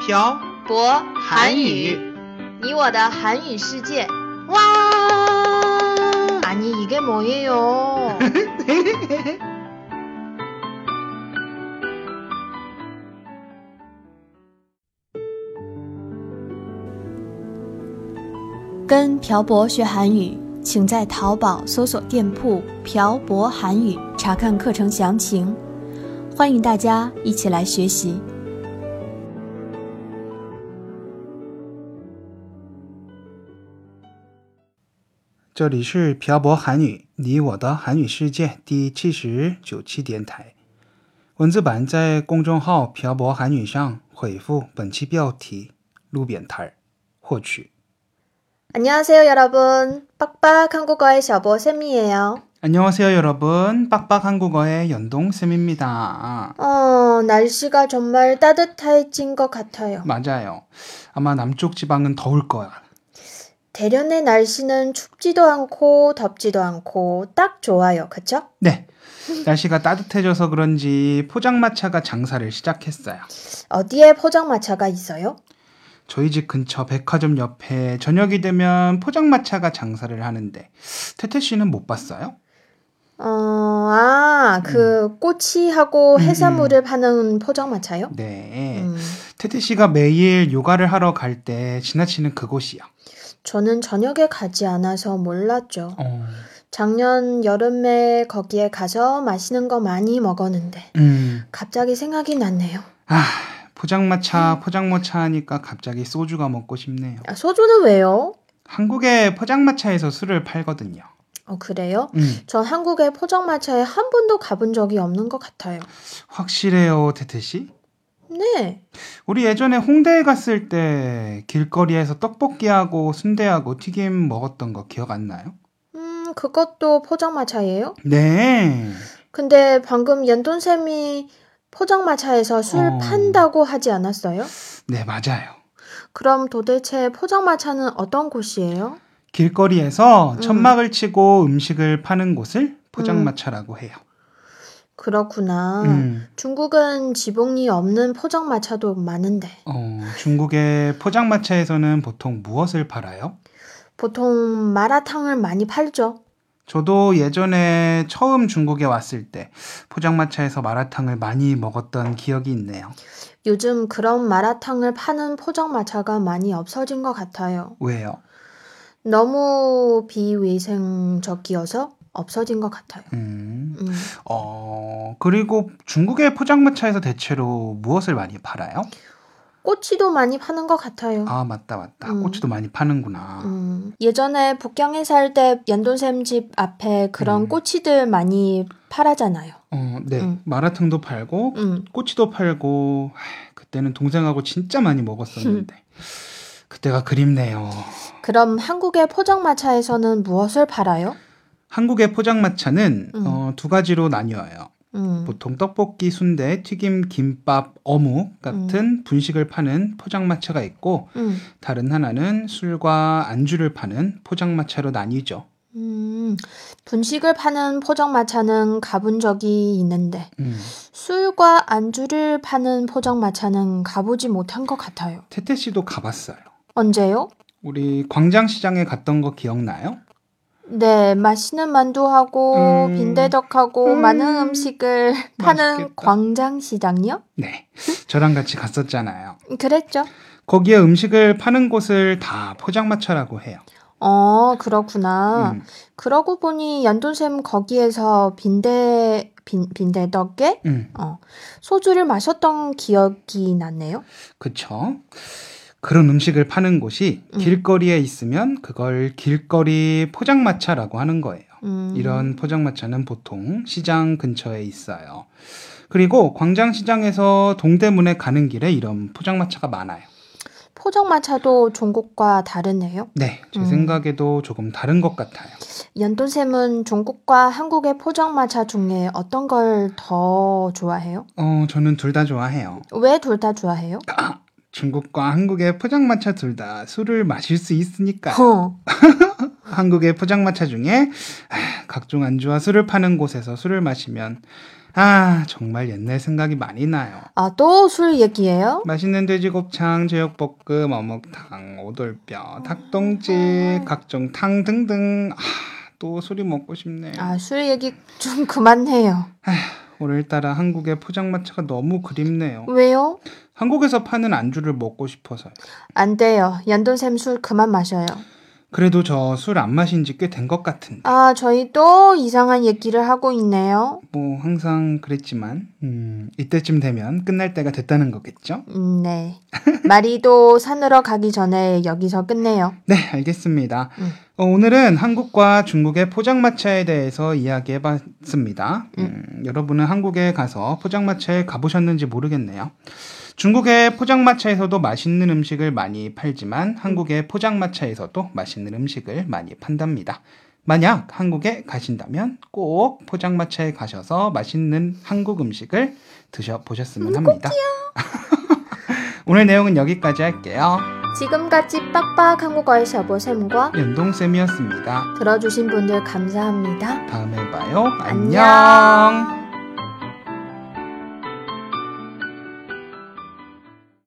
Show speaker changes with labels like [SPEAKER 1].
[SPEAKER 1] 朴
[SPEAKER 2] 博
[SPEAKER 1] 韩语，
[SPEAKER 2] 你我的韩语世界。
[SPEAKER 1] 哇！
[SPEAKER 2] 아니 이게 뭐예요?
[SPEAKER 3] 跟朴博学韩语，请在淘宝搜索店铺“朴博韩语”查看课程详情。欢迎大家一起来学习。
[SPEAKER 1] 这里是漂泊韩语，你我的韩语世界第七十九期电台。文字版在公众号“漂泊韩语”上回复本期标题“路边摊儿”获取。
[SPEAKER 2] 안녕하세요 여러분. 빡빡 한국어의 셔보 쌤이에요.
[SPEAKER 1] 안녕하세요, 여러분. 빡빡 한국어의 연동 쌤입니다.
[SPEAKER 2] 어 날씨가 정말 따뜻해진 것 같아요.
[SPEAKER 1] 맞아요. 아마 남쪽 지방은 더울 거야.
[SPEAKER 2] 대련의 날씨는 춥지도 않고 덥지도 않고 딱 좋아요. 그쵸?
[SPEAKER 1] 네. 날씨가 따뜻해져서 그런지 포장마차가 장사를 시작했어요.
[SPEAKER 2] 어디에 포장마차가 있어요?
[SPEAKER 1] 저희 집 근처 백화점 옆에 저녁이 되면 포장마차가 장사를 하는데 태태 씨는 못 봤어요?
[SPEAKER 2] 어, 아, 그 꼬치하고
[SPEAKER 1] 음,
[SPEAKER 2] 해산물을 파는 포장마차요?
[SPEAKER 1] 네.
[SPEAKER 2] 음,
[SPEAKER 1] 태태 씨가 매일 요가를 하러 갈 때 지나치는 그곳이요.
[SPEAKER 2] 저는 저녁에 가지 않아서 몰랐죠.
[SPEAKER 1] 어.
[SPEAKER 2] 작년 여름에 거기에 가서 맛있는 거 많이 먹었는데
[SPEAKER 1] 음.
[SPEAKER 2] 갑자기 생각이 났네요.
[SPEAKER 1] 아, 포장마차, 포장마차 하니까 갑자기 소주가 먹고 싶네요.
[SPEAKER 2] 아, 소주는 왜요?
[SPEAKER 1] 한국의 포장마차에서 술을 팔거든요.
[SPEAKER 2] 어, 그래요?
[SPEAKER 1] 음.
[SPEAKER 2] 전 한국의 포장마차에 한 번도 가본 적이 없는 것 같아요.
[SPEAKER 1] 확실해요, 태태 씨?
[SPEAKER 2] 네.
[SPEAKER 1] 우리 예전에 홍대에 갔을 때 길거리에서 떡볶이하고 순대하고 튀김 먹었던 거 기억 안 나요?
[SPEAKER 2] 음, 그것도 포장마차예요?
[SPEAKER 1] 네.
[SPEAKER 2] 근데 방금 연돈쌤이 포장마차에서 술
[SPEAKER 1] 어.
[SPEAKER 2] 판다고 하지 않았어요?
[SPEAKER 1] 네, 맞아요.
[SPEAKER 2] 그럼 도대체 포장마차는 어떤 곳이에요?
[SPEAKER 1] 길거리에서
[SPEAKER 2] 음.
[SPEAKER 1] 천막을 치고 음식을 파는 곳을 포장마차라고 해요.
[SPEAKER 2] 그렇구나.
[SPEAKER 1] 음.
[SPEAKER 2] 중국은 지붕이 없는 포장마차도 많은데
[SPEAKER 1] 어, 중국의 포장마차에서는 보통 무엇을 팔아요?
[SPEAKER 2] 보통 마라탕을 많이 팔죠.
[SPEAKER 1] 저도 예전에 처음 중국에 왔을 때 포장마차에서 마라탕을 많이 먹었던 기억이 있네요.
[SPEAKER 2] 요즘 그런 마라탕을 파는 포장마차가 많이 없어진 것 같아요.
[SPEAKER 1] 왜요?
[SPEAKER 2] 너무 비위생적이어서 없어진 것 같아요.
[SPEAKER 1] 음.
[SPEAKER 2] 음.
[SPEAKER 1] 어, 그리고 중국의 포장마차에서 대체로 무엇을 많이 팔아요?
[SPEAKER 2] 꼬치도 많이 파는 것 같아요.
[SPEAKER 1] 아, 맞다, 맞다.
[SPEAKER 2] 음.
[SPEAKER 1] 꼬치도 많이 파는구나.
[SPEAKER 2] 음, 예전에 북경에 살 때 연돈샘 집 앞에 그런
[SPEAKER 1] 음.
[SPEAKER 2] 꼬치들 많이 팔았잖아요.
[SPEAKER 1] 어, 네.
[SPEAKER 2] 음.
[SPEAKER 1] 마라탕도 팔고,
[SPEAKER 2] 음,
[SPEAKER 1] 꼬치도 팔고, 하, 그때는 동생하고 진짜 많이 먹었었는데. 그때가 그립네요.
[SPEAKER 2] 그럼 한국의 포장마차에서는 무엇을 팔아요?
[SPEAKER 1] 한국의 포장마차는
[SPEAKER 2] 음.
[SPEAKER 1] 어, 두 가지로 나뉘어요.
[SPEAKER 2] 음,
[SPEAKER 1] 보통 떡볶이, 순대, 튀김, 김밥, 어묵 같은 분식을 파는 포장마차가 있고
[SPEAKER 2] 음,
[SPEAKER 1] 다른 하나는 술과 안주를 파는 포장마차로 나뉘죠.
[SPEAKER 2] 음, 분식을 파는 포장마차는 가본 적이 있는데
[SPEAKER 1] 음.
[SPEAKER 2] 술과 안주를 파는 포장마차는 가보지 못한 것 같아요.
[SPEAKER 1] 태태 씨도 가봤어요.
[SPEAKER 2] 언제요?
[SPEAKER 1] 우리 광장시장에 갔던 거 기억나요?
[SPEAKER 2] 네, 맛있는 만두하고
[SPEAKER 1] 음.
[SPEAKER 2] 빈대떡하고
[SPEAKER 1] 음.
[SPEAKER 2] 많은 음식을 파는
[SPEAKER 1] 맛있겠다.
[SPEAKER 2] 광장시장요?
[SPEAKER 1] 네,
[SPEAKER 2] 음?
[SPEAKER 1] 저랑 같이 갔었잖아요.
[SPEAKER 2] 그랬죠.
[SPEAKER 1] 거기에 음식을 파는 곳을 다 포장마차라고 해요.
[SPEAKER 2] 어, 그렇구나.
[SPEAKER 1] 음,
[SPEAKER 2] 그러고 보니 연돈쌤 거기에서 빈대 빈, 빈대떡에
[SPEAKER 1] 음,
[SPEAKER 2] 어, 소주를 마셨던 기억이 나네요.
[SPEAKER 1] 그쵸? 그런 음식을 파는 곳이
[SPEAKER 2] 음.
[SPEAKER 1] 길거리에 있으면 그걸 길거리 포장마차라고 하는 거예요.
[SPEAKER 2] 음,
[SPEAKER 1] 이런 포장마차는 보통 시장 근처에 있어요. 그리고 광장시장에서 동대문에 가는 길에 이런 포장마차가 많아요.
[SPEAKER 2] 포장마차도 종국과 다르네요.
[SPEAKER 1] 네, 제
[SPEAKER 2] 음.
[SPEAKER 1] 생각에도 조금 다른 것 같아요.
[SPEAKER 2] 연돈쌤은 종국과 한국의 포장마차 중에 어떤 걸 더 좋아해요?
[SPEAKER 1] 어, 저는 둘 다 좋아해요.
[SPEAKER 2] 왜 둘 다 좋아해요?
[SPEAKER 1] 중국과 한국의 포장마차 둘 다 술을 마실 수 있으니까
[SPEAKER 2] 허,
[SPEAKER 1] 한국의 포장마차 중에 아, 각종 안주와 술을 파는 곳에서 술을 마시면 아 정말 옛날 생각이 많이 나요.
[SPEAKER 2] 아, 또 술 얘기예요?
[SPEAKER 1] 맛있는 돼지곱창, 제육볶음, 어묵탕, 오돌뼈, 닭똥집, 각종 탕 등등. 아, 또 술이 먹고 싶네요.
[SPEAKER 2] 아, 술 얘기 좀 그만해요.
[SPEAKER 1] 오늘따라 한국의 포장마차가 너무 그립네요.
[SPEAKER 2] 왜요?
[SPEAKER 1] 한국에서 파는 안주를 먹고 싶어서요.
[SPEAKER 2] 안 돼요. 얀돈샘 술 그만 마셔요.
[SPEAKER 1] 그래도 저 술 안 마신 지 꽤 된 것 같은데.
[SPEAKER 2] 아, 저희 또 이상한 얘기를 하고 있네요.
[SPEAKER 1] 뭐 항상 그랬지만 음, 이때쯤 되면 끝날 때가 됐다는 거겠죠?
[SPEAKER 2] 음, 네. 마리도 산으로 가기 전에 여기서 끝내요.
[SPEAKER 1] 네, 알겠습니다.
[SPEAKER 2] 음.
[SPEAKER 1] 어, 오늘은 한국과 중국의 포장마차에 대해서 이야기해봤습니다. 음, 여러분은 한국에 가서 포장마차에 가보셨는지 모르겠네요. 중국의 포장마차에서도 맛있는 음식을 많이 팔지만 한국의 포장마차에서도 맛있는 음식을 많이 판답니다. 만약 한국에 가신다면 꼭 포장마차에 가셔서 맛있는 한국 음식을 드셔보셨으면 합니다. 오늘 내용은 여기까지 할게요.
[SPEAKER 2] 지금까지 빡빡 한국어의 샤보샘과
[SPEAKER 1] 연동쌤이었습니다.
[SPEAKER 2] 들어주신 분들 감사합니다.
[SPEAKER 1] 다음에 봐요.
[SPEAKER 2] 안녕.
[SPEAKER 1] 안녕.